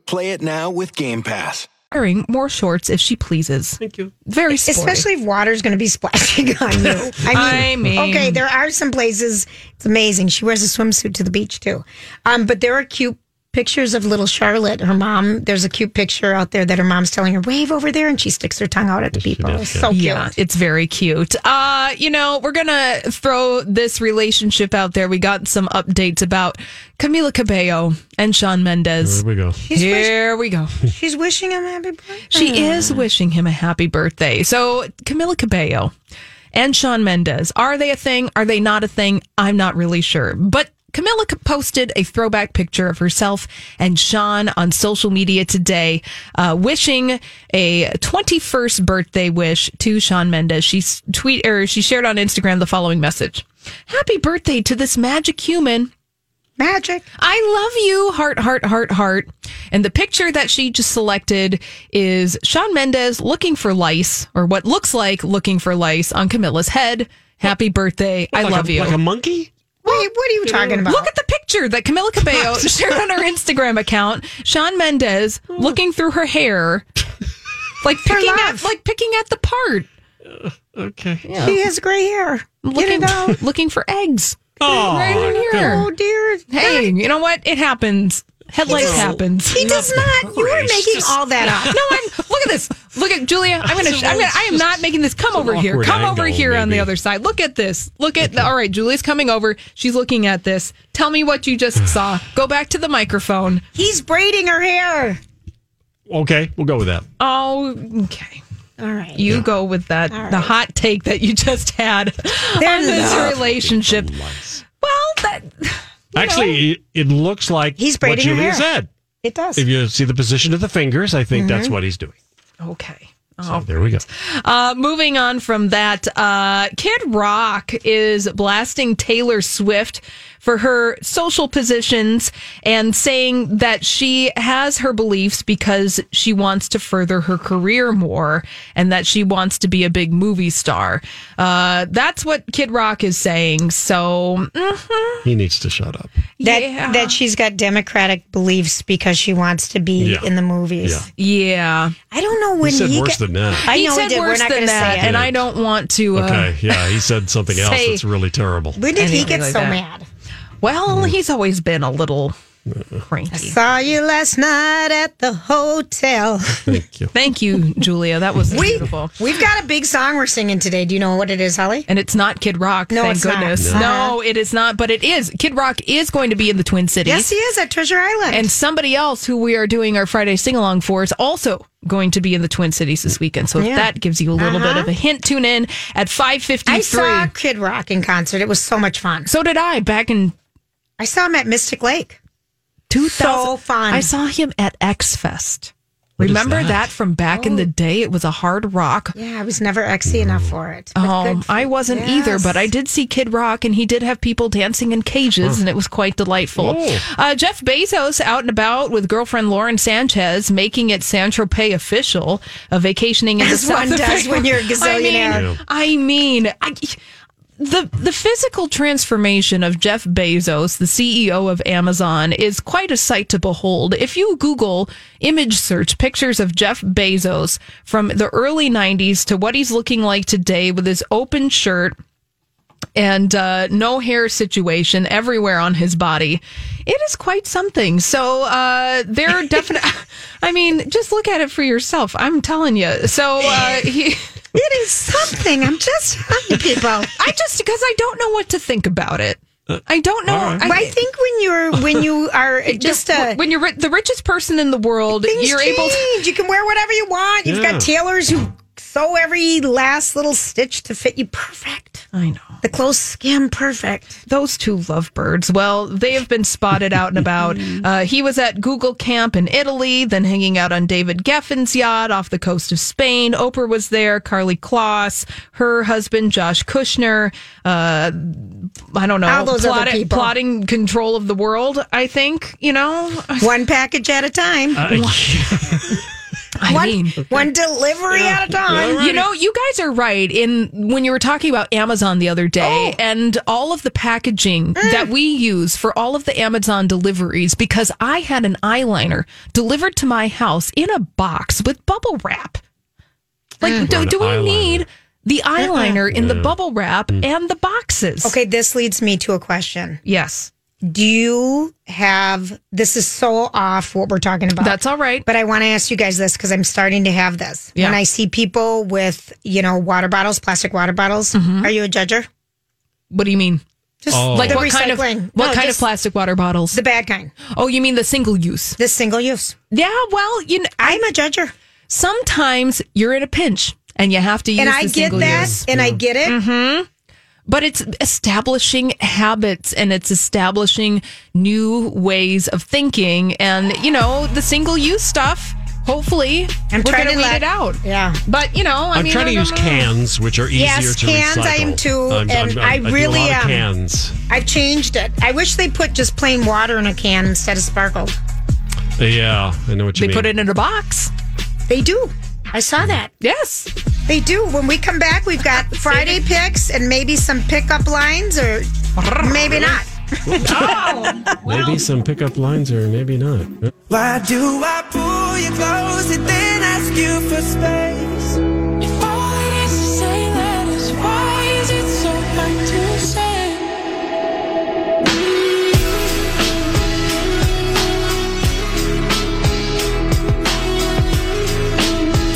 Speaker 10: Play it now with Game Pass.
Speaker 3: Wearing more shorts if she pleases. Thank you. Very sporty.
Speaker 2: Especially if water's going to be splashing [LAUGHS] on you.
Speaker 3: I mean-
Speaker 2: okay, there are some places. It's amazing. She wears a swimsuit to the beach too. Um, but there are cute pictures of little Charlotte. Her mom. There's a cute picture out there that her mom's telling her wave over there, and she sticks her tongue out at the people. It's so cute.
Speaker 3: Yeah, it's very cute. Uh, you know, we're gonna throw this relationship out there. We got some updates about Camila Cabello and Sean Mendez.
Speaker 1: There we go.
Speaker 3: Here we go.
Speaker 2: She's wishing him happy birthday.
Speaker 3: She is wishing him a happy birthday. So, Camila Cabello and Sean Mendez, are they a thing? Are they not a thing? I'm not really sure. But Camila c- posted a throwback picture of herself and Sean on social media today, uh, wishing a 21st birthday wish to Sean Mendez. She s- tweet or she shared on Instagram the following message: "Happy birthday to this magic human."
Speaker 2: Magic.
Speaker 3: I love you, heart, heart, heart, heart. And the picture that she just selected is Sean Mendez looking for lice, or what looks like looking for lice, on Camilla's head. Happy birthday. I
Speaker 1: Like a-
Speaker 3: love you.
Speaker 1: Like a monkey?
Speaker 2: Wait, what are you talking about?
Speaker 3: Look at the picture that Camilla Cabello shared on her Instagram account. Sean Mendez looking through her hair, like picking at
Speaker 2: love.
Speaker 3: like picking at the part,
Speaker 1: Okay.
Speaker 2: she has gray hair. Get
Speaker 3: looking
Speaker 2: it out.
Speaker 3: looking for eggs.
Speaker 1: Oh,
Speaker 3: right in
Speaker 2: Oh
Speaker 3: here.
Speaker 2: dear.
Speaker 3: Hey, you know what? It happens. Headlights happens.
Speaker 2: He does not. You are making all that up.
Speaker 3: [LAUGHS] no, I'm. Look at this. Look at Julia. I'm gonna. I'm gonna I am not making this. Come over
Speaker 1: an
Speaker 3: here.
Speaker 1: awkward
Speaker 3: Come over
Speaker 1: angle,
Speaker 3: here on the
Speaker 1: maybe.
Speaker 3: other side. Look at this. Look at. The, all right, Julia's coming over. She's looking at this. Tell me what you just saw. Go back to the microphone.
Speaker 2: He's braiding her hair.
Speaker 1: Okay, we'll go with that.
Speaker 3: Oh, okay.
Speaker 2: All right.
Speaker 3: You go with that. The hot take that you just had on
Speaker 2: There's
Speaker 3: this
Speaker 2: enough.
Speaker 3: relationship. Well, that. [SIGHS]
Speaker 1: Actually, it, it looks like
Speaker 2: He's
Speaker 1: what
Speaker 2: braiding her
Speaker 1: Julia
Speaker 2: hair.
Speaker 1: said.
Speaker 2: It does.
Speaker 1: If you see the position of the fingers, I think
Speaker 3: Mm-hmm.
Speaker 1: that's what he's doing.
Speaker 3: Okay.
Speaker 1: So there we go.
Speaker 3: Uh, moving on from that, uh, Kid Rock is blasting Taylor Swift for her social positions and saying that she has her beliefs because she wants to further her career more and that she wants to be a big movie star. Uh, that's what Kid Rock is saying. So, mhm.
Speaker 1: He needs to shut up.
Speaker 2: that
Speaker 3: yeah.
Speaker 2: that she's got democratic beliefs because she wants to be
Speaker 1: Yeah.
Speaker 2: in the movies.
Speaker 1: Yeah.
Speaker 3: yeah.
Speaker 2: I don't know when
Speaker 1: He
Speaker 2: he,
Speaker 1: said worse
Speaker 2: got-
Speaker 1: than that.
Speaker 2: I know he did. We're not going to say it.
Speaker 3: and I don't want to. Uh,
Speaker 1: Okay, yeah, he said something else
Speaker 3: Say-
Speaker 1: that's really terrible.
Speaker 2: When did he
Speaker 3: Anything
Speaker 2: get
Speaker 3: like
Speaker 2: so
Speaker 3: that.
Speaker 2: mad?
Speaker 3: Well, he's always been a little cranky.
Speaker 2: Saw you last night at the hotel.
Speaker 1: Thank you.
Speaker 3: Thank you, Julia. That was
Speaker 2: We
Speaker 3: beautiful.
Speaker 2: we've got a big song we're singing today. Do you know what it is, Holly?
Speaker 3: And it's not Kid Rock,
Speaker 2: No,
Speaker 3: thank
Speaker 2: it's not.
Speaker 3: goodness.
Speaker 2: No.
Speaker 3: No, it is not, but it is. Kid Rock is going to be in the Twin Cities.
Speaker 2: Yes, he is at Treasure Island.
Speaker 3: And somebody else who we are doing our Friday sing along for is also going to be in the Twin Cities this weekend. So if
Speaker 2: Yeah. Uh-huh.
Speaker 3: that gives you a little bit of a hint, tune in at
Speaker 2: I
Speaker 3: 553.
Speaker 2: saw Kid Rock in concert. It was so much fun.
Speaker 3: so did I back in
Speaker 2: I saw him at Mystic Lake.
Speaker 3: 2000.
Speaker 2: So fun.
Speaker 3: I saw him at X Fest.
Speaker 1: is
Speaker 3: Remember
Speaker 1: that?
Speaker 3: that? from back in the
Speaker 2: Oh.
Speaker 3: day? It was a hard rock.
Speaker 2: Yeah, I was never exy enough for it. But
Speaker 3: Um,
Speaker 2: good for-
Speaker 3: I wasn't either,
Speaker 2: Yes.
Speaker 3: but I did see Kid Rock, and he did have people dancing in cages, and it was quite delightful. Uh, Jeff Bezos out and about with girlfriend Lauren Sanchez, making it San Tropez official, uh, vacationing in
Speaker 2: [LAUGHS] As
Speaker 3: the
Speaker 2: one
Speaker 3: South
Speaker 2: does
Speaker 3: America.
Speaker 2: when you're a
Speaker 3: I mean,
Speaker 2: gazillionaire.
Speaker 3: I mean, I- the the physical transformation of Jeff Bezos, the CEO of Amazon, is quite a sight to behold. If you Google image search pictures of Jeff Bezos from the early '90s to what he's looking like today, with his open shirt and uh, no hair situation everywhere on his body. It is quite something. So uh, they're definitely. [LAUGHS] I mean, just look at it for yourself. I'm telling you. So uh, he.
Speaker 2: It is something. I'm just telling
Speaker 3: [LAUGHS]
Speaker 2: people.
Speaker 3: I just because I don't know what to think about it. I don't know.
Speaker 1: Uh, all right.
Speaker 3: I,
Speaker 2: Well, I think when you're when you
Speaker 3: [LAUGHS]
Speaker 2: are just a
Speaker 3: when you're ri- the richest person in the world,
Speaker 2: things
Speaker 3: you're
Speaker 2: change.
Speaker 3: able. to...
Speaker 2: you can wear whatever you want. You've
Speaker 1: Yeah.
Speaker 2: got tailors who sew every last little stitch to fit you perfect.
Speaker 3: I know.
Speaker 2: The clothes skim perfect.
Speaker 3: Those two lovebirds. Well, they have been spotted out
Speaker 2: [LAUGHS]
Speaker 3: and about. Uh, he was at Google Camp in Italy, then hanging out on David Geffen's yacht off the coast of Spain. Oprah was there, Carly Kloss, her husband, Josh Kushner. Uh, I don't know.
Speaker 2: All those other
Speaker 3: plotting-
Speaker 2: people.
Speaker 3: plotting control of the world, I think, you know?
Speaker 2: One package at a time.
Speaker 3: I
Speaker 2: one,
Speaker 3: mean-
Speaker 2: one delivery at a time.
Speaker 3: You know, you guys are right in when you were talking about Amazon the other
Speaker 2: Oh.
Speaker 3: day and all of the packaging
Speaker 2: Mm.
Speaker 3: that we use for all of the Amazon deliveries because I had an eyeliner delivered to my house in a box with bubble wrap. Like
Speaker 2: Mm.
Speaker 3: do,
Speaker 1: An
Speaker 3: do we
Speaker 1: eyeliner.
Speaker 3: need the eyeliner in the
Speaker 1: Yeah. Mm.
Speaker 3: bubble wrap and the boxes?
Speaker 2: Uh-uh. Okay, this leads me to a question.
Speaker 3: Yes.
Speaker 2: Do you have this is so off what we're talking about.
Speaker 3: That's all right.
Speaker 2: But I want to ask you guys this because I'm starting to have this.
Speaker 3: Yeah.
Speaker 2: When I see people with, you know, water bottles, plastic water bottles,
Speaker 3: Mm-hmm.
Speaker 2: are you a judger?
Speaker 3: What do you mean?
Speaker 2: Just
Speaker 1: Oh.
Speaker 2: like
Speaker 3: Like
Speaker 2: the
Speaker 3: what kind of
Speaker 2: recycling.
Speaker 3: what
Speaker 2: No,
Speaker 3: kind of
Speaker 2: just
Speaker 3: plastic water bottles?
Speaker 2: The bad kind.
Speaker 3: oh, you mean the single use?
Speaker 2: The single use.
Speaker 3: Yeah, well, you know,
Speaker 2: I'm a judger.
Speaker 3: sometimes you're in a pinch and you have to use
Speaker 2: And
Speaker 3: the
Speaker 2: I get
Speaker 3: single
Speaker 2: that.
Speaker 3: use. Mm-hmm.
Speaker 2: And I get it.
Speaker 3: but it's establishing habits and it's establishing new ways of thinking and you know the single use stuff hopefully
Speaker 2: I'm
Speaker 3: we're
Speaker 2: trying
Speaker 3: gonna
Speaker 2: to
Speaker 3: weed
Speaker 2: let-
Speaker 3: it out
Speaker 2: Yeah.
Speaker 3: but you know I
Speaker 1: I'm
Speaker 3: mean,
Speaker 1: trying
Speaker 3: I
Speaker 1: to
Speaker 3: don't
Speaker 1: use
Speaker 3: know.
Speaker 1: cans, which are easier
Speaker 2: Yes,
Speaker 1: to
Speaker 2: cans
Speaker 1: recycle.
Speaker 2: I am too, and I
Speaker 1: do a
Speaker 2: really
Speaker 1: lot of
Speaker 2: am.
Speaker 1: cans.
Speaker 2: I've changed it. I wish they put just plain water in a can instead of sparkled.
Speaker 1: Yeah, I know what you
Speaker 3: they
Speaker 1: mean.
Speaker 3: put it in a box
Speaker 2: They do. I saw that.
Speaker 3: yes
Speaker 2: They do. When we come back, we've
Speaker 3: [LAUGHS]
Speaker 2: got Friday picks and maybe some pickup lines or maybe not.
Speaker 1: Maybe some pickup lines, or maybe not.
Speaker 10: Why do I pull you close and then ask you for space?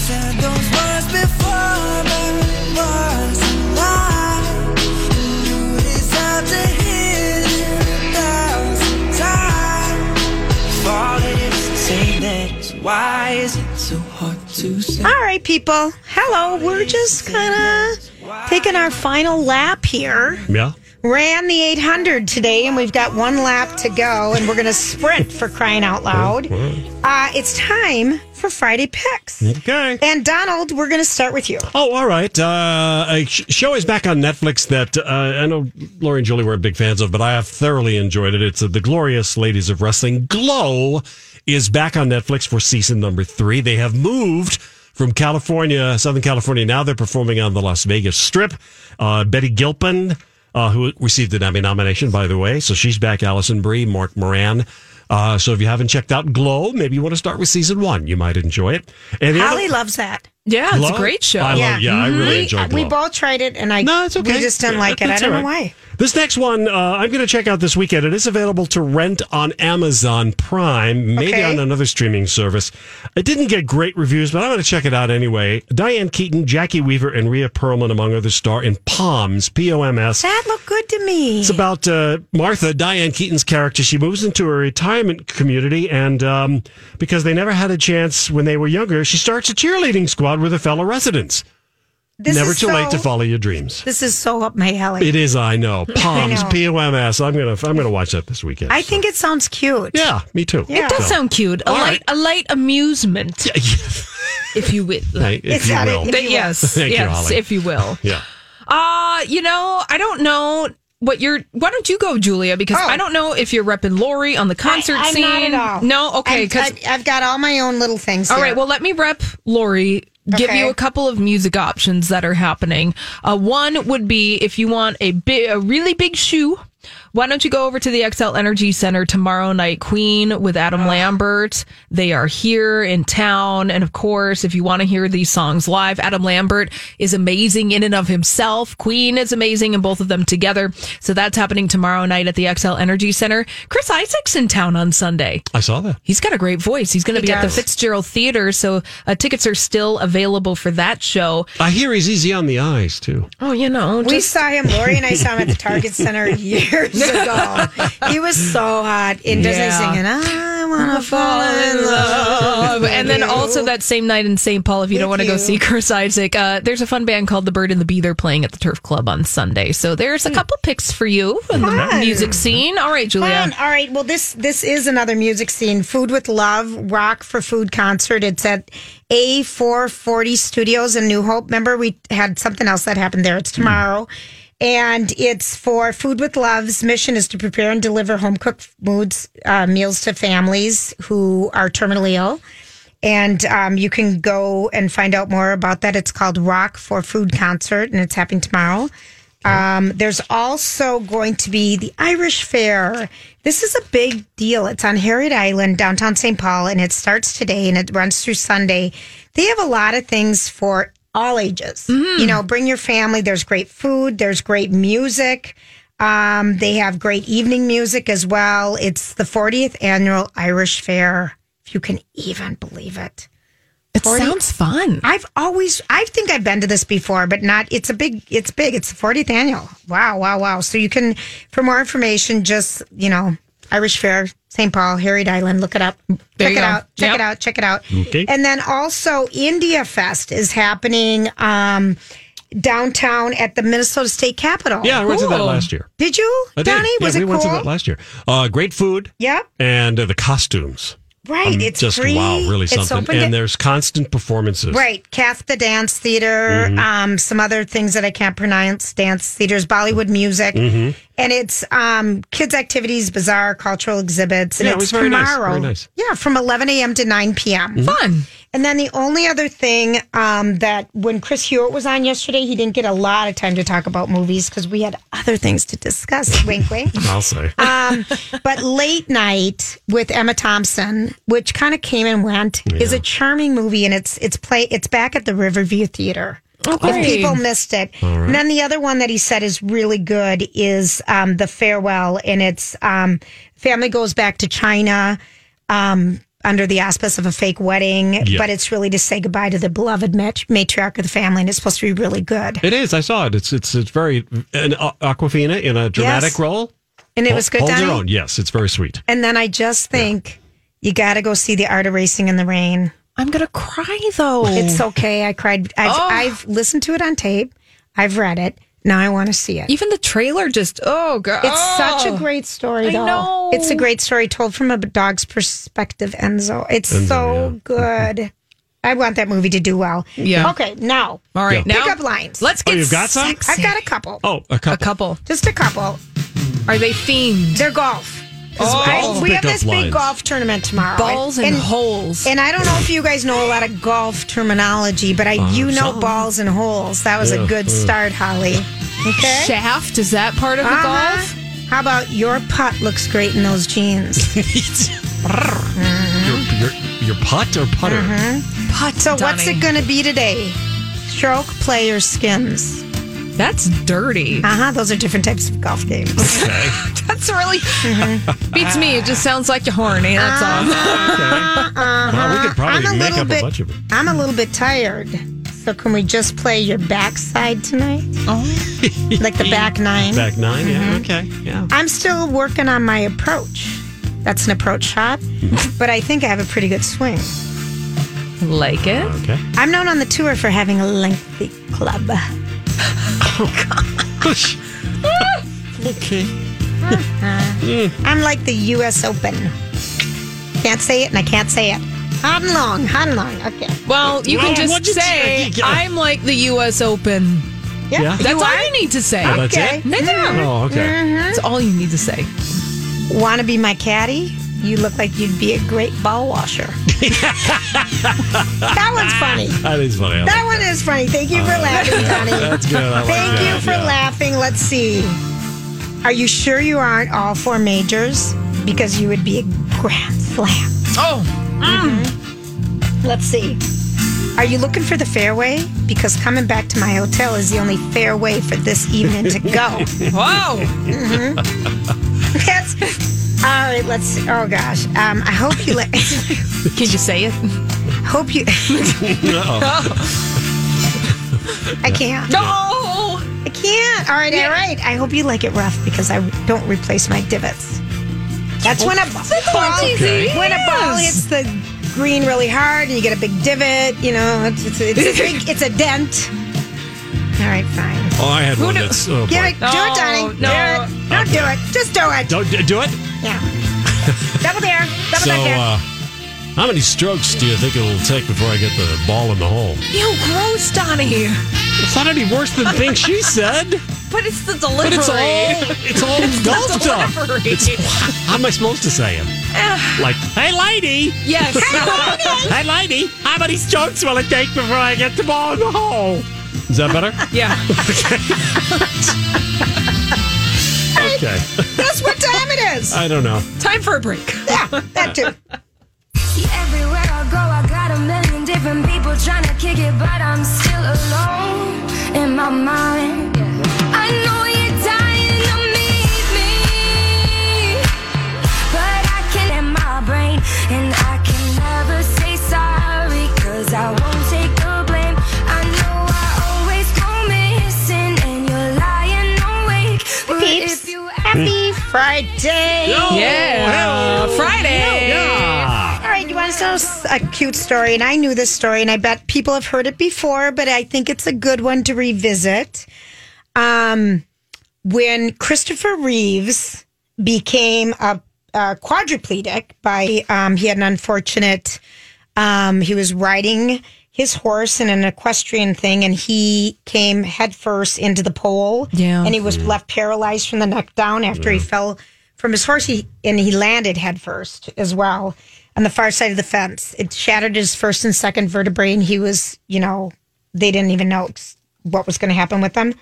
Speaker 10: Said those words before, but it was a lie. You deserve to hear it a thousand times fall it is to say that. So Why is it so hard to say?
Speaker 2: All right, people. Hello. We're just kind of taking our final lap here.
Speaker 1: Yeah.
Speaker 2: Ran the 800 today, and we've got one lap to go, and we're going to sprint for crying out loud. Uh, it's time for Friday picks.
Speaker 1: Okay.
Speaker 2: And Donald, we're going to start with you.
Speaker 1: Oh, all right. Uh, a sh- show is back on Netflix that uh, I know Lori and Julie were big fans of, but I have thoroughly enjoyed it. It's uh, The Glorious Ladies of Wrestling. Glow is back on Netflix for season number three. They have moved from California, Southern California. Now they're performing on the Las Vegas Strip. Uh, Betty Gilpin, uh, who received an Emmy nomination, by the way. So she's back. Allison Brie, Mark Moran. Uh, so if you haven't checked out Glow, maybe you want to start with season one. You might enjoy it. And the other-
Speaker 2: Holly loves that. Mm-hmm.
Speaker 3: yeah it's a
Speaker 1: Glow?
Speaker 3: great show
Speaker 1: I love, yeah, I really enjoyed
Speaker 2: We
Speaker 1: Glow.
Speaker 2: both tried it, and I
Speaker 1: No, it's okay.
Speaker 2: we just didn't
Speaker 1: Yeah,
Speaker 2: like it. I
Speaker 1: that's
Speaker 2: don't
Speaker 1: all
Speaker 2: know
Speaker 1: right.
Speaker 2: why.
Speaker 1: This next one uh, I'm going to check out this weekend. It is available to rent on Amazon Prime, maybe
Speaker 2: Okay.
Speaker 1: on another streaming service. It didn't get great reviews, but I'm going to check it out anyway. Diane Keaton, Jackie Weaver, and Rhea Perlman, among others, star in Palms, P O M S.
Speaker 2: That looked good to me.
Speaker 1: It's about uh, Martha, Diane Keaton's character. She moves into a retirement community, and um, because they never had a chance when they were younger, she starts a cheerleading squad with her fellow residents.
Speaker 2: This
Speaker 1: never
Speaker 2: is
Speaker 1: too late
Speaker 2: so-
Speaker 1: to follow your dreams.
Speaker 2: This is so up my alley.
Speaker 1: It is, I
Speaker 2: [LAUGHS]
Speaker 1: know. Palms,
Speaker 2: know.
Speaker 1: P O M S. I'm gonna, I'm gonna watch that this weekend.
Speaker 2: I
Speaker 1: so.
Speaker 2: think it sounds cute.
Speaker 1: Yeah, me too.
Speaker 2: Yeah.
Speaker 3: it does sound cute a
Speaker 1: All
Speaker 3: light
Speaker 1: right.
Speaker 3: a light amusement if
Speaker 1: [LAUGHS]
Speaker 3: you will
Speaker 1: [LAUGHS] Hey, if
Speaker 2: It's
Speaker 1: you
Speaker 2: not
Speaker 1: will.
Speaker 2: it.
Speaker 3: Th-
Speaker 1: [LAUGHS]
Speaker 3: yes
Speaker 1: Thank you,
Speaker 3: yes
Speaker 1: Holly.
Speaker 3: if you will
Speaker 1: Yeah.
Speaker 3: Uh, you know, I don't know what you're. Why don't you go, Julia? Because
Speaker 2: Oh.
Speaker 3: I don't know if you're repping Lori on the concert
Speaker 2: I, I'm
Speaker 3: scene.
Speaker 2: Not at all. uh,
Speaker 3: No, okay.
Speaker 2: I'm-
Speaker 3: Because
Speaker 2: I- I've got all my own little things.
Speaker 3: all
Speaker 2: here.
Speaker 3: right, well, let me rep Lori. Give
Speaker 2: Okay.
Speaker 3: you a couple of music options that are happening. Uh, one would be if you want a big, a really big shoe. Why don't you go over to the XL Energy Center tomorrow night, Queen with Adam Lambert? They are here in town. And of course, if you want to hear these songs live, Adam Lambert is amazing in and of himself. Queen is amazing and both of them together. So that's happening tomorrow night at the XL Energy Center. Chris Isaac's in town on Sunday.
Speaker 1: I saw that.
Speaker 3: He's got a great voice. He's going to be at the
Speaker 2: does.
Speaker 3: Fitzgerald Theater, so uh, tickets are still available for that show.
Speaker 1: I hear he's easy on the eyes too.
Speaker 3: Oh, you know,
Speaker 2: we
Speaker 3: just [LAUGHS]
Speaker 2: saw him. Lori and I saw him at the Target Center years years ago. he was so hot and doesn't
Speaker 3: Yeah.
Speaker 2: he sing it? I wanna fall in love.
Speaker 3: Um, and then
Speaker 2: with you."
Speaker 3: also that same night in St. Paul, if you don't want to go see [LAUGHS] Chris Isaac, uh, there's a fun band called The Bird and the Bee. They're playing at the Turf Club on Sunday. So there's a couple picks for you in the music scene. All right,
Speaker 2: Fun.
Speaker 3: Julia.
Speaker 2: All right. Well, this this is another music scene. Food with Love Rock for Food concert. It's at A440 Studios in New Hope. Remember, we had something else that happened there. It's tomorrow. And it's for Food with Love's mission is to prepare and deliver home cooked foods, uh, meals to families who are terminally ill. And um, you can go and find out more about that. It's called Rock for Food Concert, and it's happening tomorrow. Um, there's also going to be the Irish Fair. This is a big deal. It's on Harriet Island, downtown St. Paul, and it starts today and it runs through Sunday. They have a lot of things for all ages. You know, bring your family. There's great food, there's great music. Um, they have great evening music as well. It's the 40th annual Irish Fair, if you can even believe it.
Speaker 3: It sounds fun.
Speaker 2: I've always, I think I've been to this before, but not. It's a big, it's big. It's the 40th annual. Wow, wow, wow. So you can, for more information, just you know, Irish Fair, St. Paul, Harriet Island. Look it up. check
Speaker 3: you
Speaker 2: it
Speaker 3: go.
Speaker 2: out. Check
Speaker 3: Yep.
Speaker 2: it out. Check it out.
Speaker 1: Okay.
Speaker 2: And then also India Fest is happening um, downtown at the Minnesota State Capitol.
Speaker 1: Yeah, I went to that
Speaker 3: Cool.
Speaker 1: last year.
Speaker 2: Did you,
Speaker 1: I did.
Speaker 2: Donnie?
Speaker 1: Yeah,
Speaker 2: Was
Speaker 1: we
Speaker 2: it
Speaker 1: went to
Speaker 2: cool?
Speaker 1: that last year. Uh, great food.
Speaker 2: Yep.
Speaker 1: And uh, the costumes.
Speaker 2: Right.
Speaker 1: Um,
Speaker 2: it's
Speaker 1: just
Speaker 2: free.
Speaker 1: wow, really
Speaker 2: It's
Speaker 1: something.
Speaker 2: open to-
Speaker 1: and there's constant performances.
Speaker 2: Right, Kath the Dance Theater,
Speaker 1: Mm-hmm.
Speaker 2: um, some other things that I can't pronounce. Dance theaters, Bollywood music,
Speaker 1: Mm-hmm.
Speaker 2: and it's um, kids' activities, bazaar, cultural exhibits. And
Speaker 1: Yeah, it
Speaker 2: it's
Speaker 1: was very nice,
Speaker 2: tomorrow,
Speaker 1: very nice. Mm-hmm.
Speaker 2: yeah, from 11 a.m. to 9 p.m.
Speaker 3: Fun.
Speaker 2: And then the only other thing um, that when Chris Hewitt was on yesterday, he didn't get a lot of time to talk about movies because we had other things to discuss.
Speaker 1: [LAUGHS]
Speaker 2: wink, wink.
Speaker 1: I'll say.
Speaker 2: Um, but Late Night with Emma Thompson, which kind of came and went, is a charming movie, and it's it's play it's back at the Riverview Theater. If
Speaker 3: great.
Speaker 2: people missed it, and then the other one that he said is really good is um, the farewell, and it's um, family goes back to China um, under the auspice of a fake wedding,
Speaker 1: Yeah.
Speaker 2: but it's really to say goodbye to the beloved mat- matriarch of the family, and it's supposed to be really good.
Speaker 1: it is. I saw it. It's it's it's very an Aqu- Aquafina in a dramatic
Speaker 2: Yes.
Speaker 1: role.
Speaker 2: And it was good.
Speaker 1: Holds her
Speaker 2: Donnie?
Speaker 1: own. Yes, it's very sweet.
Speaker 2: And then I just think you got to go see the art of racing in the rain.
Speaker 3: I'm going to cry though.
Speaker 2: It's okay. I cried. I've,
Speaker 3: Oh.
Speaker 2: I've listened to it on tape. I've read it. Now I want to see it.
Speaker 3: Even the trailer just, oh, God.
Speaker 2: It's such a great story,
Speaker 3: I
Speaker 2: though.
Speaker 3: know.
Speaker 2: It's a great story told from a dog's perspective, Enzo. It's so good. I want that movie to do well.
Speaker 3: Mm-hmm. Yeah.
Speaker 2: Okay, now.
Speaker 3: All right,
Speaker 1: Yeah.
Speaker 3: now.
Speaker 2: Pickup lines.
Speaker 3: Let's
Speaker 1: Oh,
Speaker 3: get
Speaker 1: you've got some?
Speaker 3: sexy.
Speaker 2: I've got a couple.
Speaker 1: Oh, a couple.
Speaker 3: a couple.
Speaker 2: Just a couple.
Speaker 3: Are they themed?
Speaker 2: They're golf. 'Cause I-
Speaker 1: golf
Speaker 2: we have
Speaker 1: pickup
Speaker 2: this big
Speaker 1: lines.
Speaker 2: golf tournament tomorrow.
Speaker 3: Balls and, holes.
Speaker 2: And I don't know if you guys know a lot of golf terminology, but I
Speaker 1: Uh-huh.
Speaker 2: do know balls and holes. That was a
Speaker 1: Uh.
Speaker 2: good start, Holly. Okay.
Speaker 3: Shaft, is that part of
Speaker 2: Uh-huh.
Speaker 3: the golf?
Speaker 2: How about your putt looks great in those
Speaker 1: [LAUGHS]
Speaker 2: jeans?
Speaker 1: Your, your, your putt or putter?
Speaker 2: Mm-hmm.
Speaker 3: Putt,
Speaker 2: So what's
Speaker 3: Donnie.
Speaker 2: it going to be today? Stroke, play, or skins?
Speaker 3: That's
Speaker 2: [LAUGHS]
Speaker 3: dirty.
Speaker 2: Uh huh. Those are different types of golf games.
Speaker 3: That's really [LAUGHS] beats me. It just sounds like you're horny. That's
Speaker 2: Uh-huh.
Speaker 3: all.
Speaker 1: Wow, [LAUGHS] we could probably
Speaker 2: I'm a
Speaker 1: make
Speaker 2: little
Speaker 1: up
Speaker 2: bit.
Speaker 1: a bunch of it.
Speaker 2: I'm a little bit tired. So can we just play your backside tonight? Oh, like the back nine.
Speaker 1: Back 9 yeah,
Speaker 2: Mm-hmm.
Speaker 1: okay, yeah.
Speaker 2: I'm still working on my approach. That's an approach
Speaker 1: [LAUGHS]
Speaker 2: shot, but I think I have a pretty good swing.
Speaker 3: Like it?
Speaker 1: Okay.
Speaker 2: I'm known on the tour for having a lengthy club.
Speaker 1: Push. okay.
Speaker 2: I'm like the U.S. Open. Can't say it, and I can't say it. Hot and long, hot and long. Okay.
Speaker 3: Well, you
Speaker 1: Well,
Speaker 3: can
Speaker 1: what'd
Speaker 3: just
Speaker 1: you
Speaker 3: say
Speaker 1: say? Yeah.
Speaker 3: I'm like the U.S. Open.
Speaker 1: Yeah.
Speaker 3: That's all you need to say.
Speaker 1: Oh, that's
Speaker 2: Okay. Mm-hmm.
Speaker 1: it?
Speaker 3: No, no.
Speaker 1: Oh,
Speaker 2: Mm.
Speaker 1: okay.
Speaker 3: That's all you need to say.
Speaker 2: Want to be my caddy? You look like you'd be a great ball
Speaker 1: [LAUGHS]
Speaker 2: washer. that one's funny.
Speaker 1: That is funny. I
Speaker 2: That
Speaker 1: like
Speaker 2: one is funny. Thank you for laughing, Donnie.
Speaker 1: Uh, That's good. I like
Speaker 2: Thank
Speaker 1: that,
Speaker 2: you for
Speaker 1: yeah.
Speaker 2: laughing. Let's see. Are you sure you aren't all four majors? Because you would be a grand slam.
Speaker 3: Oh,
Speaker 2: Mm-hmm. Let's see. Are you looking for the fairway? Because coming back to my hotel is the only fair way for this evening
Speaker 1: [LAUGHS]
Speaker 2: to go.
Speaker 3: wow.
Speaker 2: That's all right. Let's. See. Oh gosh. Um, I hope you. Let, [LAUGHS]
Speaker 3: Can you say it?
Speaker 2: hope you. I can't.
Speaker 3: [LAUGHS] No.
Speaker 2: I can't. All right, all right. I hope you like it rough because I don't replace my divots. That's when a
Speaker 10: That's
Speaker 2: ball,
Speaker 10: easy.
Speaker 2: when a ball
Speaker 10: Yes.
Speaker 2: hits the green really hard and you get a big divot. You know, it's, it's, it's a big, it's a dent. All right, fine.
Speaker 1: Oh, I had
Speaker 2: Who
Speaker 1: one
Speaker 2: knew-
Speaker 1: that's. Oh,
Speaker 2: Give
Speaker 1: boy.
Speaker 2: it, do it, Donnie.
Speaker 1: no.
Speaker 2: Do it. Don't do it. Just do it.
Speaker 1: Don't d- do it.
Speaker 2: Yeah. Double there. Double
Speaker 1: So,
Speaker 2: back there.
Speaker 1: uh, how many strokes do you think it will take before I get the ball in the hole?
Speaker 3: You gross, Donnie.
Speaker 1: It's not any worse than things she said.
Speaker 3: But it's the delivery.
Speaker 1: But it's all it's all
Speaker 3: It's the
Speaker 1: golfed up.
Speaker 3: delivery.
Speaker 1: It's, how am I supposed to say it?
Speaker 2: Ah.
Speaker 1: Like, hey, lady.
Speaker 3: Yes.
Speaker 1: [LAUGHS] hey, lady. How many strokes will it take before I get the ball in the hole? Is that
Speaker 2: [LAUGHS]
Speaker 1: better?
Speaker 3: yeah.
Speaker 1: okay. [LAUGHS]
Speaker 2: Guess what time it is?
Speaker 1: I don't know.
Speaker 3: Time for a break.
Speaker 2: Yeah, that too.
Speaker 11: See, everywhere I go, I got a million different people trying to kick it, but I'm still alone in my mind. I know you're dying to meet me, but I can in my brain, and I can never say sorry, cause I won't take the blame. I know I always go missing, and you're lying awake. But
Speaker 2: Peeps.
Speaker 11: if you
Speaker 2: Happy Friday.
Speaker 3: Oh,
Speaker 11: Yo,
Speaker 3: Yeah, hello. Friday. Yeah.
Speaker 2: All right, you want to know s- a cute story? And I knew this story, and I bet people have heard it before, but I think it's a good one to revisit. Um, when Christopher Reeves became a, a quadriplegic by um, he had an unfortunate um, he was riding his horse in an equestrian thing and he came headfirst into the pole
Speaker 3: Yeah.
Speaker 2: and he was left paralyzed from the neck down after he fell from his horse he, and he landed headfirst as well on the far side of the fence it shattered his first and second vertebrae and he was you know they didn't even know what was going to happen with him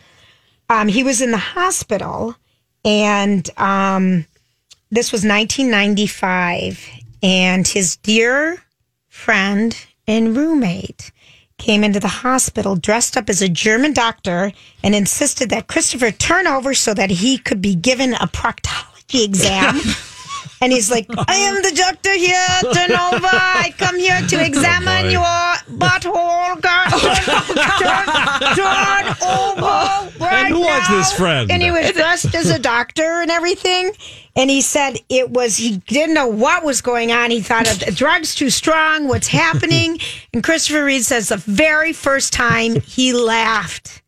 Speaker 2: um, he was in the hospital and um, this was 1995 and his dear friend and roommate came into the hospital dressed up as a german doctor and insisted that christopher turn over so that he could be given a proctology exam and he's like i am the doctor here turn over i come here to examine
Speaker 10: boy.
Speaker 2: your butthole turn, turn, turn over right
Speaker 1: who was
Speaker 2: now.
Speaker 1: this friend?
Speaker 2: And he was dressed as a doctor and everything. And he said it was, he didn't know what was going on. He thought the drug's too strong.
Speaker 1: [LAUGHS]
Speaker 2: What's happening? And Christopher Reed says the very first time he laughed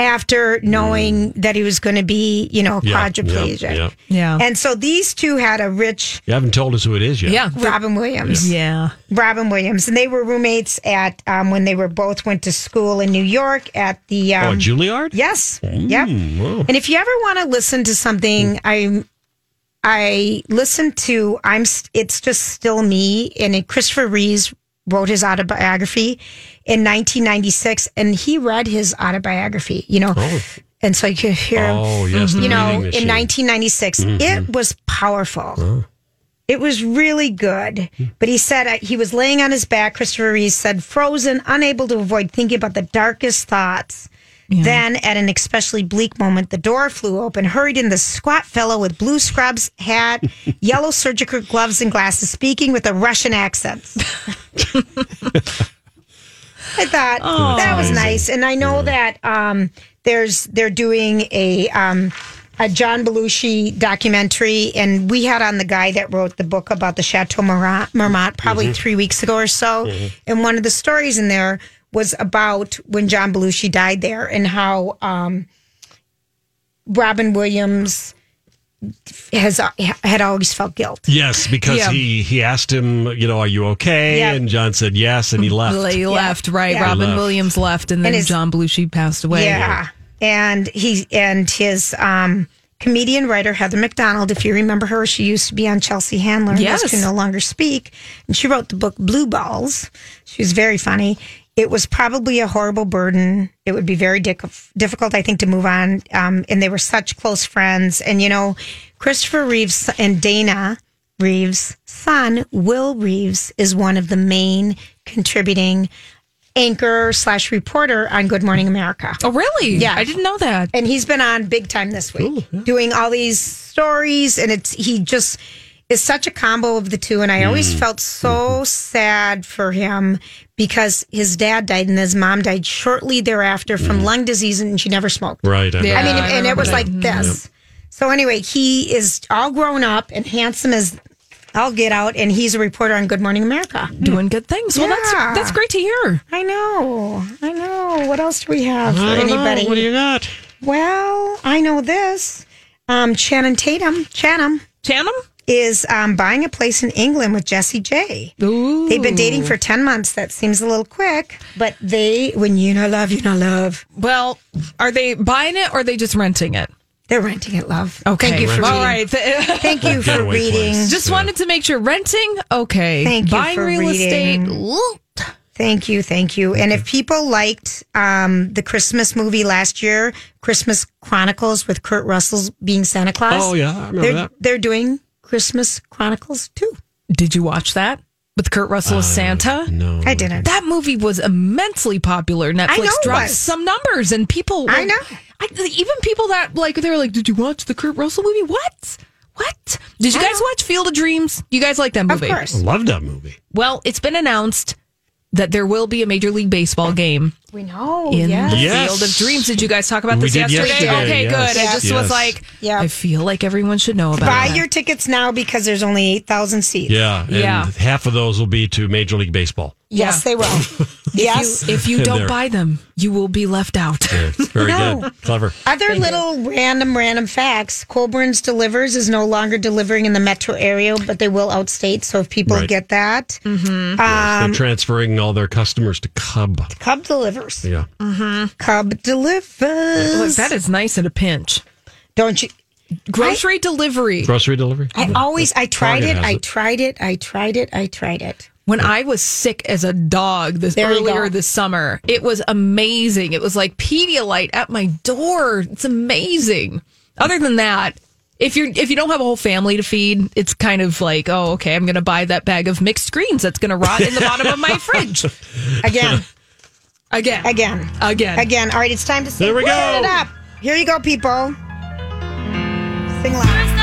Speaker 2: after knowing
Speaker 1: Mm.
Speaker 2: that he was going to be, you know,
Speaker 1: Yeah,
Speaker 2: quadriplegic.
Speaker 1: yeah, yeah.
Speaker 3: Yeah.
Speaker 2: And so these two had a rich
Speaker 1: You haven't told us who it is yet.
Speaker 2: Robin Williams.
Speaker 3: Yeah.
Speaker 2: Robin Williams. And they were roommates at, um, when they were both went to school in New York at the,
Speaker 1: Oh,
Speaker 2: um,
Speaker 1: Juilliard?
Speaker 2: Yes. Yep.
Speaker 1: Mm, whoa. Mm.
Speaker 2: And if you ever want to listen to something, I I listened to I'm S- it's just still me and it, Christopher Reeves wrote his autobiography in 1996 and he read his autobiography, you know.
Speaker 1: Oh.
Speaker 2: And so you could hear
Speaker 10: Oh, yes, the
Speaker 2: Mm-hmm. you know,
Speaker 10: reading
Speaker 2: in
Speaker 10: machine.
Speaker 2: 1996 it was powerful. It was really good. But he said uh, he was laying on his back. Christopher Reeves said, frozen, unable to avoid thinking about the darkest thoughts. Then, at an especially bleak moment, the door flew open. Hurried in the squat fellow with blue scrubs, hat, [LAUGHS] yellow surgical gloves, and glasses, speaking with a Russian accent. I thought
Speaker 10: Oh.
Speaker 2: that was
Speaker 10: That's amazing.
Speaker 2: nice, and I know that um, there's they're doing a um, a John Belushi documentary, and we had on the guy that wrote the book about the Chateau Marmont, Marmont probably
Speaker 10: Mm-hmm.
Speaker 12: Mhm.
Speaker 2: three weeks ago or so,
Speaker 12: Mhm.
Speaker 2: and one of the stories in there was about when John Belushi died there and how um, Robin Williams has had always felt guilt.
Speaker 1: Yes, because
Speaker 2: Yeah.
Speaker 1: he he asked him, you know, are you okay?
Speaker 2: Yeah.
Speaker 1: And John said yes, and he left.
Speaker 3: He left, right?
Speaker 1: Yeah.
Speaker 3: Robin
Speaker 1: Left.
Speaker 3: Williams left, and then
Speaker 2: And his-
Speaker 3: John Belushi passed away.
Speaker 2: Yeah. And he and his um comedian writer Heather McDonald, if you remember her, she used to be on Chelsea Handler and
Speaker 3: Yes.
Speaker 2: those two no longer speak. And she wrote the book Blue Balls. She was very funny. It was probably a horrible burden. It would be very dic- difficult, I think, to move on. Um, and they were such close friends. And, you know, Christopher Reeves and Dana Reeves' son, Will Reeves, is one of the main contributing anchor slash reporter on Good Morning America.
Speaker 3: Oh, really?
Speaker 2: Yeah,
Speaker 3: I didn't know that.
Speaker 2: And he's been on big time this week, doing all these stories, and it's he just is such a combo of the two. And I always
Speaker 12: Mm.
Speaker 2: felt
Speaker 3: Mm-hmm.
Speaker 2: so sad for him because his dad died and his mom died shortly thereafter
Speaker 3: Mm.
Speaker 2: from lung disease and she never smoked.
Speaker 1: Right, I
Speaker 2: I,
Speaker 1: remember
Speaker 2: mean,
Speaker 1: that.
Speaker 2: and it was
Speaker 1: Yeah.
Speaker 2: like this. So anyway, he is all grown up and handsome as I'll get out, and he's a reporter on Good Morning America,
Speaker 3: doing good things. Well, that's- that's great to hear.
Speaker 2: I know, I know. What else do we have for
Speaker 3: I don't know.
Speaker 2: anybody?
Speaker 1: Oh,
Speaker 3: What do you
Speaker 1: got?
Speaker 2: Well, I know this. Um, Shannon Tatum, Chatham,
Speaker 3: Chatham
Speaker 2: is um, buying a place in England with Jesse J.
Speaker 3: Ooh.
Speaker 2: They've been dating for ten months. That seems a little quick, but they, when you know love, you know love.
Speaker 3: Well, are they buying it or are they just renting it?
Speaker 2: They're renting it, love.
Speaker 3: Okay.
Speaker 2: Thank you for
Speaker 3: All
Speaker 2: reading.
Speaker 3: right. [LAUGHS]
Speaker 2: Thank you for Getaway reading. place.
Speaker 3: Just wanted to make sure renting. Okay.
Speaker 2: Thank you
Speaker 3: Buying
Speaker 2: for
Speaker 3: real estate.
Speaker 2: reading. Thank you, thank you. And if people liked um, the Christmas movie last year, Christmas Chronicles with Kurt Russell being Santa Claus.
Speaker 3: Oh, yeah, I remember
Speaker 2: they're,
Speaker 3: that.
Speaker 2: They're doing Christmas Chronicles too.
Speaker 3: Did you watch that with Kurt Russell as
Speaker 2: Uh,
Speaker 3: Santa? No,
Speaker 2: I didn't.
Speaker 3: That movie was immensely popular. Netflix
Speaker 2: know it
Speaker 3: dropped
Speaker 2: was.
Speaker 3: some numbers, and people.
Speaker 2: I know.
Speaker 3: I, even people that like they were like, "Did you watch the Kurt Russell movie? What? What? Did you
Speaker 1: I
Speaker 3: guys watch Field of Dreams? You guys like that movie?
Speaker 1: I love that movie.
Speaker 3: Well, it's been announced that there will be a Major League Baseball game
Speaker 2: We know.
Speaker 3: in
Speaker 2: yes.
Speaker 3: the Field of Dreams. Did you guys talk about
Speaker 1: We
Speaker 3: this
Speaker 1: did
Speaker 3: yesterday?
Speaker 1: yesterday,
Speaker 3: Okay,
Speaker 1: yes,
Speaker 3: good. I just
Speaker 1: yes.
Speaker 3: was like,
Speaker 2: Yeah.
Speaker 3: I feel like everyone should know about
Speaker 2: Buy
Speaker 3: it.
Speaker 2: your tickets now because there's only eight thousand seats.
Speaker 1: Yeah, and half of those will be to Major League Baseball.
Speaker 2: Yes, they [LAUGHS] will. yes.
Speaker 3: If
Speaker 1: [LAUGHS]
Speaker 3: you
Speaker 1: In
Speaker 3: don't
Speaker 1: there.
Speaker 3: buy them, you will be left out.
Speaker 1: Very
Speaker 2: [LAUGHS] No.
Speaker 1: good, clever.
Speaker 2: Other little random, random facts. Colburn's Delivers is no longer delivering in the metro area, but they will outstate. So if people
Speaker 1: Right.
Speaker 2: get that, mm-hmm.
Speaker 1: They're transferring all their customers to Cub.
Speaker 2: Cub delivers.
Speaker 1: Yeah.
Speaker 2: Mm-hmm. Cub delivers.
Speaker 3: Look, [LAUGHS] that is nice at a pinch.
Speaker 2: Don't you?
Speaker 3: Grocery delivery.
Speaker 1: Grocery delivery.
Speaker 2: I
Speaker 1: Yeah.
Speaker 2: always, I tried
Speaker 1: Target
Speaker 2: it,
Speaker 1: has
Speaker 2: I tried it, I tried it, I
Speaker 1: [LAUGHS]
Speaker 2: tried it.
Speaker 3: When I was sick as a dog this
Speaker 2: There you
Speaker 3: earlier
Speaker 2: go.
Speaker 3: this summer, it was amazing. It was like Pedialyte at my door. It's amazing. Other than that, if you're if you don't have a whole family to feed, it's kind of like, oh, okay, I'm going to buy that bag of mixed greens that's going to rot in the bottom
Speaker 2: [LAUGHS]
Speaker 3: of my fridge
Speaker 2: Again,
Speaker 3: again,
Speaker 2: again,
Speaker 3: again.
Speaker 2: again. All right, it's time to sing.
Speaker 3: There we
Speaker 2: Word
Speaker 3: go.
Speaker 2: It up. Here you go, people. Sing loud.